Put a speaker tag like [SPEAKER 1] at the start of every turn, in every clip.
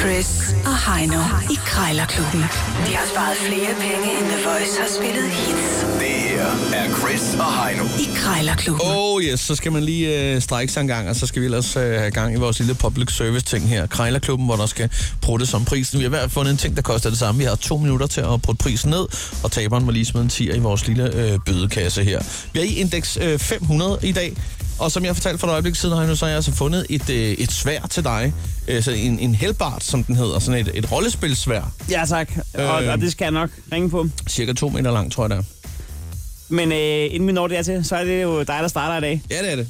[SPEAKER 1] Chris og Heino i Krejlerklubben. De har sparet flere penge, end The Voice har spillet hits
[SPEAKER 2] Det her er Chris og Heino.
[SPEAKER 1] i Krejlerklubben.
[SPEAKER 3] Oh yes, så skal man lige øh, strække sig en gang, og så skal vi ellers øh, have gang i vores lille public service ting her. Krejlerklubben, hvor der skal pruttes om prisen. Vi har i hvert fald fundet en ting, der koster det samme. Vi har to minutter til at prutte prisen ned, og taberen må lige smide en tier i vores lille øh, bødekasse her. Vi er i indeks øh, 500 i dag, og som jeg fortalte for et øjeblik siden, Heino, så har jeg altså fundet et, øh, et svær til dig. Øh, så en, en helbart, som den hedder. Sådan et, et rollespilsvær.
[SPEAKER 4] Ja, tak. Og,
[SPEAKER 3] Øh.
[SPEAKER 4] og det skal jeg nok ringe på.
[SPEAKER 3] Cirka to meter lang, tror jeg det er.
[SPEAKER 4] Men øh, inden vi når dertil, så er det jo dig, der starter i dag.
[SPEAKER 3] Ja, det er det.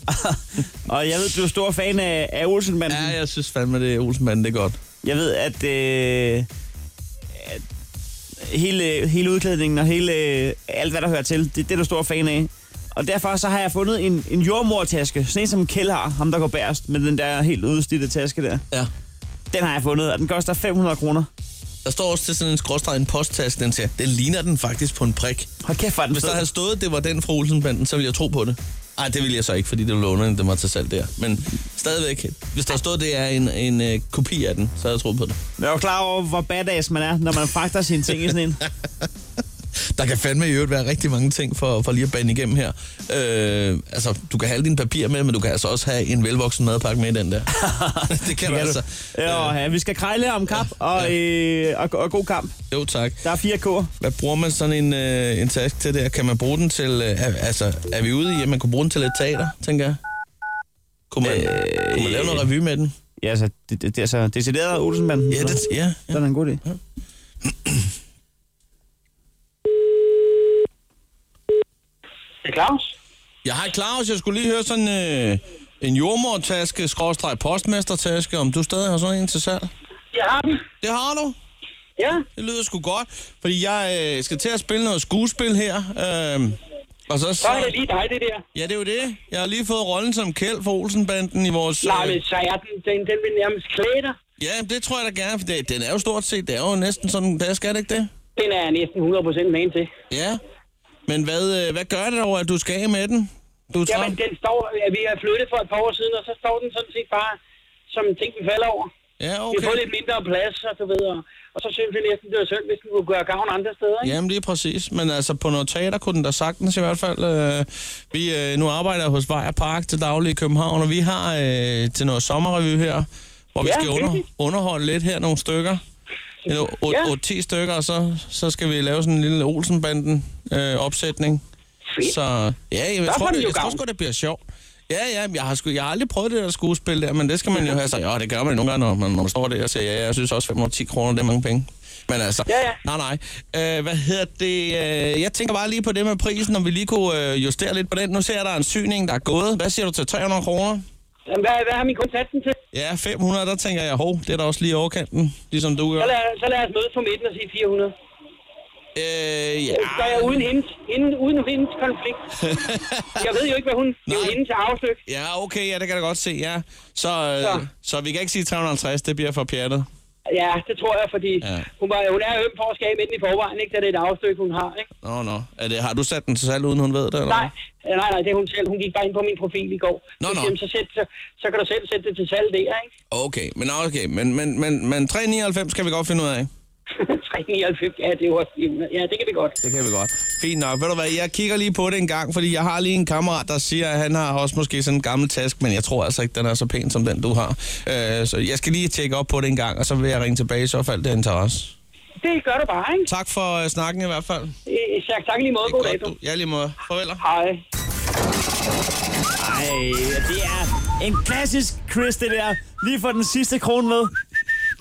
[SPEAKER 4] Og jeg ved, du er stor fan af, af Olsenbanden.
[SPEAKER 3] Ja, jeg synes fandme, det er Olsenmanden, det er godt.
[SPEAKER 4] Jeg ved, at, øh, at hele, hele udklædningen og hele, øh, alt, hvad der hører til, det, det er du stor fan af. Og derfor så har jeg fundet en, en jordmortaske, sådan en som Kjell har, ham der går bærest, med den der helt udstidte taske der.
[SPEAKER 3] Ja.
[SPEAKER 4] Den har jeg fundet, og den koster 500 kroner.
[SPEAKER 3] Der står også til sådan en skråstreg en posttaske, den siger, den ligner den faktisk på en prik.
[SPEAKER 4] Hold kæft, hvor er den
[SPEAKER 3] Hvis der
[SPEAKER 4] fed.
[SPEAKER 3] havde stået, at det var den fra Olsenbanden, så ville jeg tro på det. Nej, det ville jeg så ikke, fordi det ville underligt, den var til salg der. Men stadigvæk, hvis der havde stået, det er en, en øh, kopi af den, så havde jeg troet på det.
[SPEAKER 4] Jeg er jo klar over, hvor badass man er, når man fragter sine ting i sådan en.
[SPEAKER 3] Der kan fandme i øvrigt være rigtig mange ting for, for lige at bande igennem her. Øh, altså, du kan have alle dine papirer med, men du kan altså også have en velvoksen madpakke med i den der. det kan du altså.
[SPEAKER 4] Ja, ja, vi skal krejle om kap, og, øh, og, og god kamp.
[SPEAKER 3] Jo, tak.
[SPEAKER 4] Der er fire k'er.
[SPEAKER 3] Hvad bruger man sådan en, øh, en taske til der? Kan man bruge den til... Øh, er- altså, er vi ude i, at man kunne bruge den til et teater, tænker jeg? Kunne man, øh, kunne man lave noget revy med den?
[SPEAKER 4] Ja, altså, det, det, det er så decideret Olsenbanden.
[SPEAKER 3] Ja, det, ja, ja.
[SPEAKER 4] Den er en god idé.
[SPEAKER 5] Det er Claus.
[SPEAKER 3] Jeg har Claus, jeg skulle lige høre sådan øh, en jordmortaske, skråstreg postmestertaske, om du stadig har sådan en til salg.
[SPEAKER 5] Jeg har den.
[SPEAKER 3] Det har du.
[SPEAKER 5] Ja.
[SPEAKER 3] Det lyder sgu godt, fordi jeg øh, skal til at spille noget skuespil her. Øh, og så,
[SPEAKER 5] Så er det lige dig, det der.
[SPEAKER 3] Ja, det er jo det. Jeg har lige fået rollen som Kjeld for Olsenbanden i vores...
[SPEAKER 5] Nej,
[SPEAKER 3] øh,
[SPEAKER 5] men så er den, den, den vil nærmest klæde dig.
[SPEAKER 3] Ja, det tror jeg da gerne, for det, den er jo stort set, det er jo næsten sådan, der skal det ikke det?
[SPEAKER 5] Den er jeg næsten 100% med ind til.
[SPEAKER 3] Ja. Men hvad, øh, hvad gør det over, at du skal af med den? Du er
[SPEAKER 5] Jamen,
[SPEAKER 3] træt?
[SPEAKER 5] den står, ja, vi har flyttet for et par år siden, og så står den sådan set bare som ting, vi falder over.
[SPEAKER 3] Ja,
[SPEAKER 5] Vi har fået
[SPEAKER 3] okay.
[SPEAKER 5] lidt mindre plads, og du ved, og, og så synes vi næsten, det var synd, hvis den kunne gøre gavn andre steder, ikke?
[SPEAKER 3] Jamen, det er præcis. Men altså, på noget teater kunne den da sagtens i hvert fald. Øh, vi øh, nu arbejder jeg hos Vejer Park til daglig i København, og vi har øh, til noget sommerrevy her, hvor vi
[SPEAKER 5] Ja,
[SPEAKER 3] skal under,
[SPEAKER 5] hyggeligt.
[SPEAKER 3] underholde lidt her nogle stykker. En o- o-
[SPEAKER 5] Ja.
[SPEAKER 3] 8-10 stykker, og så, så skal vi lave sådan en lille Olsenbanden-opsætning.
[SPEAKER 5] Fedt.
[SPEAKER 3] Så ja, jamen, jeg,
[SPEAKER 5] får
[SPEAKER 3] tror,
[SPEAKER 5] den
[SPEAKER 3] det,
[SPEAKER 5] jo
[SPEAKER 3] jeg tror
[SPEAKER 5] gavn.
[SPEAKER 3] sgu, det bliver sjovt. Ja, ja, jeg har, sgu, jeg har aldrig prøvet det der skuespil der, men det skal man jo have. Så, ja, det gør man jo nogle gange, når man, når man står der og siger, ja, jeg synes også 510 kroner, det er mange penge. Men altså,
[SPEAKER 5] Ja,
[SPEAKER 3] nej, nej. Øh, hvad hedder det? Øh, jeg tænker bare lige på det med prisen, om vi lige kunne øh, justere lidt på den. Nu ser jeg, der er en syning, der er gået. Hvad siger du til 300 kroner?
[SPEAKER 5] Jamen, hvad, hvad har min kunde sat den til?
[SPEAKER 3] Ja, 500, der tænker jeg, hov, det er da også lige i overkanten, ligesom du gør.
[SPEAKER 5] Så lad, så lad os mødes på midten og sige 400.
[SPEAKER 3] Øh, ja.
[SPEAKER 5] Så er jeg uden hendes, hende, uden hendes konflikt. jeg ved jo ikke, hvad hun... Det er jo
[SPEAKER 3] Nej.
[SPEAKER 5] hendes afstykke.
[SPEAKER 3] Ja, okay, ja, det kan jeg da godt se, ja. Så, øh, så.
[SPEAKER 5] Så.
[SPEAKER 3] så vi kan ikke sige 350, det bliver for pjattet.
[SPEAKER 5] Ja, det tror jeg, fordi
[SPEAKER 3] Ja.
[SPEAKER 5] ja. hun, var, hun er øm for at skabe den i forvejen, ikke? Da det er et afstykke, hun har, ikke?
[SPEAKER 3] Nå, nå. Er det, har du sat den til salg, uden hun ved det? Eller?
[SPEAKER 5] Nej,
[SPEAKER 3] hvad?
[SPEAKER 5] ja, nej, nej, det er hun selv. Hun gik bare ind på min profil i går.
[SPEAKER 3] Nå,
[SPEAKER 5] Så
[SPEAKER 3] nå.
[SPEAKER 5] siger hun, Så, sæt, så, så kan du selv sætte det til salg der, ikke?
[SPEAKER 3] Okay, men okay. Men, men, men, men 3,99 kan vi godt finde ud af.
[SPEAKER 5] 399, ja, det er jo også 400. Ja, det kan vi godt.
[SPEAKER 3] Det kan vi godt. Fint nok. Ved du hvad, jeg kigger lige på det en gang, fordi jeg har lige en kammerat, der siger, at han har også måske sådan en gammel task, men jeg tror altså ikke, den er så pæn som den, du har. Øh, så jeg skal lige tjekke op på det en gang, og så vil jeg ringe tilbage i så fald, det er interesse.
[SPEAKER 5] Det gør du bare, ikke?
[SPEAKER 3] Tak for øh, snakken i hvert fald. Det
[SPEAKER 5] Øh, Tak, tak i lige måde.
[SPEAKER 3] er
[SPEAKER 5] God dag, du.
[SPEAKER 3] du. Jeg lige måde. Farvel.
[SPEAKER 5] Hej.
[SPEAKER 4] Ej, det er en klassisk Chris, det der. Lige for den sidste krone med.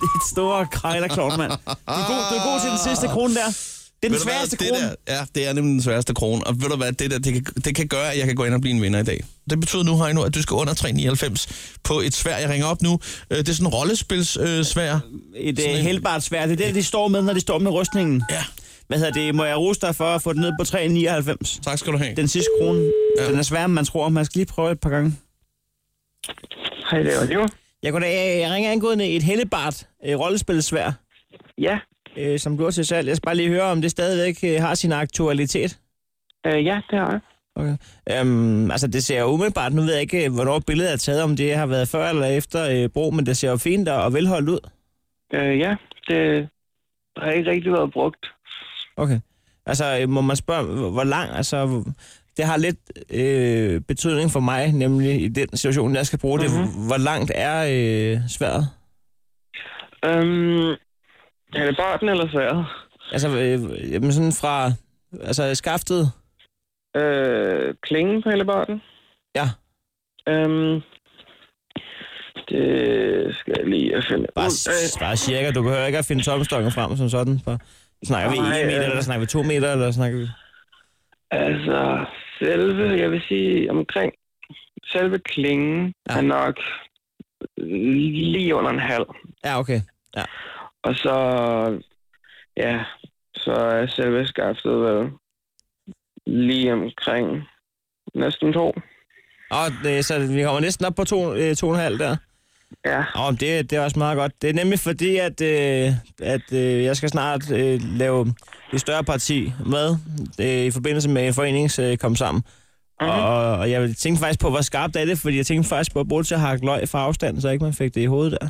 [SPEAKER 4] Det er et store krejlerklot, mand. Du er, god, du er god til den sidste krone der. Det er den
[SPEAKER 3] Ved du hvad,
[SPEAKER 4] sværeste
[SPEAKER 3] det
[SPEAKER 4] krone.
[SPEAKER 3] Der, ja, det er nemlig den sværeste krone. Og ved du hvad, det der, det kan, det kan gøre, at jeg kan gå ind og blive en vinder i dag. Det betyder nu, Heino, at du skal under 3,99 på et svær. Jeg ringer op nu. Øh, Det er sådan en rollespilsvær. Øh, svær.
[SPEAKER 4] Et
[SPEAKER 3] Sådan
[SPEAKER 4] uh,
[SPEAKER 3] en-
[SPEAKER 4] helbart svær. Det er det, de står med, når de står med rustningen.
[SPEAKER 3] ja,
[SPEAKER 4] Hvad hedder det? Må jeg rose dig for at få den ned på 3,99?
[SPEAKER 3] tak skal du have.
[SPEAKER 4] Den sidste krone. Ja. Den er svær, man tror. Man skal lige prøve et par gange.
[SPEAKER 5] Hej, det er Oliver.
[SPEAKER 4] Jeg, kunne da, øh, jeg ringer angående et hellebart øh, rollespilsvær,
[SPEAKER 5] Ja,
[SPEAKER 4] øh, som du har til salg. Jeg skal bare lige høre, om det stadigvæk øh, har sin aktualitet.
[SPEAKER 5] øh, ja, det har jeg.
[SPEAKER 4] Okay. Øhm, altså, det ser jo umiddelbart, nu ved jeg ikke, øh, hvornår billedet er taget, om det har været før eller efter øh, brug, men det ser jo fint og, og velholdt ud.
[SPEAKER 6] Øh, ja, det har ikke rigtig været brugt.
[SPEAKER 4] Okay. Altså, øh, må man spørge, hvor- hvor lang, altså... hvor- Det har lidt øh, betydning for mig, nemlig i den situation, jeg skal bruge mm-hmm. det. Hvor langt er øh, sværet?
[SPEAKER 6] Øhm, er det barten eller sværet?
[SPEAKER 4] Altså, øh, jamen sådan fra... Altså, skaftet?
[SPEAKER 6] Øh, klingen på hele barten?
[SPEAKER 4] Ja,
[SPEAKER 6] Øhm, det skal jeg lige at finde
[SPEAKER 4] bare,
[SPEAKER 6] ud af.
[SPEAKER 4] s- bare cirka. Du behøver ikke at finde tomstokken frem som sådan. Bare, snakker vi 1
[SPEAKER 6] Nej,
[SPEAKER 4] meter,
[SPEAKER 6] øh.
[SPEAKER 4] eller snakker vi 2 meter, eller snakker vi...
[SPEAKER 6] Altså, selve, jeg vil sige omkring, selve klingen
[SPEAKER 4] Ja.
[SPEAKER 6] ja. er nok lige under en halv.
[SPEAKER 4] Ja, okay.
[SPEAKER 6] Og så, ja, så er selve skaftet vel lige omkring næsten to.
[SPEAKER 4] Og øh, så vi kommer næsten op på 2,5 øh, to og en halv der.
[SPEAKER 6] Ja,
[SPEAKER 4] Åh, men det, det er også meget godt. Det er nemlig fordi, at, øh, at øh, jeg skal snart øh, lave et større parti med øh, i forbindelse med en forenings øh, kom sammen.
[SPEAKER 6] Mhm.
[SPEAKER 4] Mm-hmm. Og, og jeg tænkte faktisk på, hvor skarpt er det, fordi jeg tænkte faktisk på at bruge det til at hakke løg fra afstand, så ikke man fik det i hovedet der.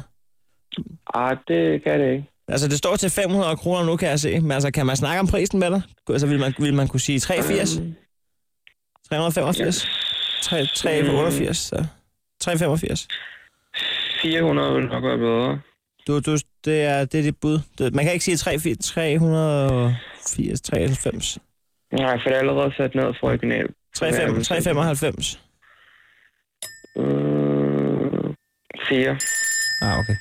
[SPEAKER 6] ah, det kan det ikke.
[SPEAKER 4] Altså, det står til 500 kroner nu, kan jeg se. Men altså, kan man snakke om prisen med dig? Altså, vil man, vil man kunne sige 83? 385? 3, 388? Så. 385?
[SPEAKER 6] 400 vil nok være bedre.
[SPEAKER 4] Du, du, det, er, det er dit bud. Det, man kan ikke sige 3, 380, 93.
[SPEAKER 6] Nej, for det er allerede sat ned fra original.
[SPEAKER 4] 35, 395.
[SPEAKER 6] Øh, 4.
[SPEAKER 4] Ah, okay.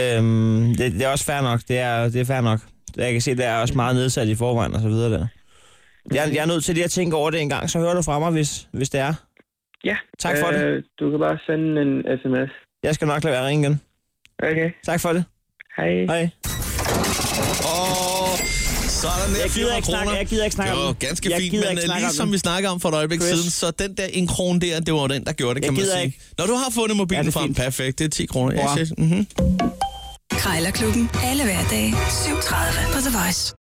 [SPEAKER 4] Øhm, det, det, er også fair nok. Det er, det er fair nok. Jeg kan se, det er også meget nedsat i forvejen og så videre der. Jeg, jeg er nødt til lige at tænke over det en gang, så hører du fra mig, hvis, hvis det er.
[SPEAKER 6] Ja. Øh,
[SPEAKER 4] Tak for det.
[SPEAKER 6] Du kan bare sende en sms.
[SPEAKER 4] Jeg skal nok lade være at ringe igen.
[SPEAKER 6] Okay,
[SPEAKER 4] Tak for det.
[SPEAKER 6] hej.
[SPEAKER 4] Hej.
[SPEAKER 3] Åh, sådan der
[SPEAKER 4] Jeg gider
[SPEAKER 3] 400
[SPEAKER 4] ikke
[SPEAKER 3] kroner.
[SPEAKER 4] snakke, jeg gider ikke snakke
[SPEAKER 3] det var
[SPEAKER 4] om
[SPEAKER 3] jo
[SPEAKER 4] den.
[SPEAKER 3] ganske
[SPEAKER 4] jeg
[SPEAKER 3] fint,
[SPEAKER 4] gider
[SPEAKER 3] men
[SPEAKER 4] ikke
[SPEAKER 3] øh,
[SPEAKER 4] snakke
[SPEAKER 3] lige
[SPEAKER 4] om
[SPEAKER 3] som
[SPEAKER 4] den.
[SPEAKER 3] vi snakker om for et øjeblik
[SPEAKER 4] Chris.
[SPEAKER 3] siden, så den der en krone der, det var jo den, der gjorde det,
[SPEAKER 4] Jeg
[SPEAKER 3] kan man
[SPEAKER 4] gider
[SPEAKER 3] sige.
[SPEAKER 4] ikke.
[SPEAKER 3] Når du har fundet mobilen
[SPEAKER 4] Ja, det er
[SPEAKER 3] frem,
[SPEAKER 4] fint.
[SPEAKER 3] perfekt, det er 10 kroner.
[SPEAKER 4] Bra.
[SPEAKER 3] Ja, mm-hmm.
[SPEAKER 1] Krejlerklubben. Alle hverdage. 7.30 på The Voice.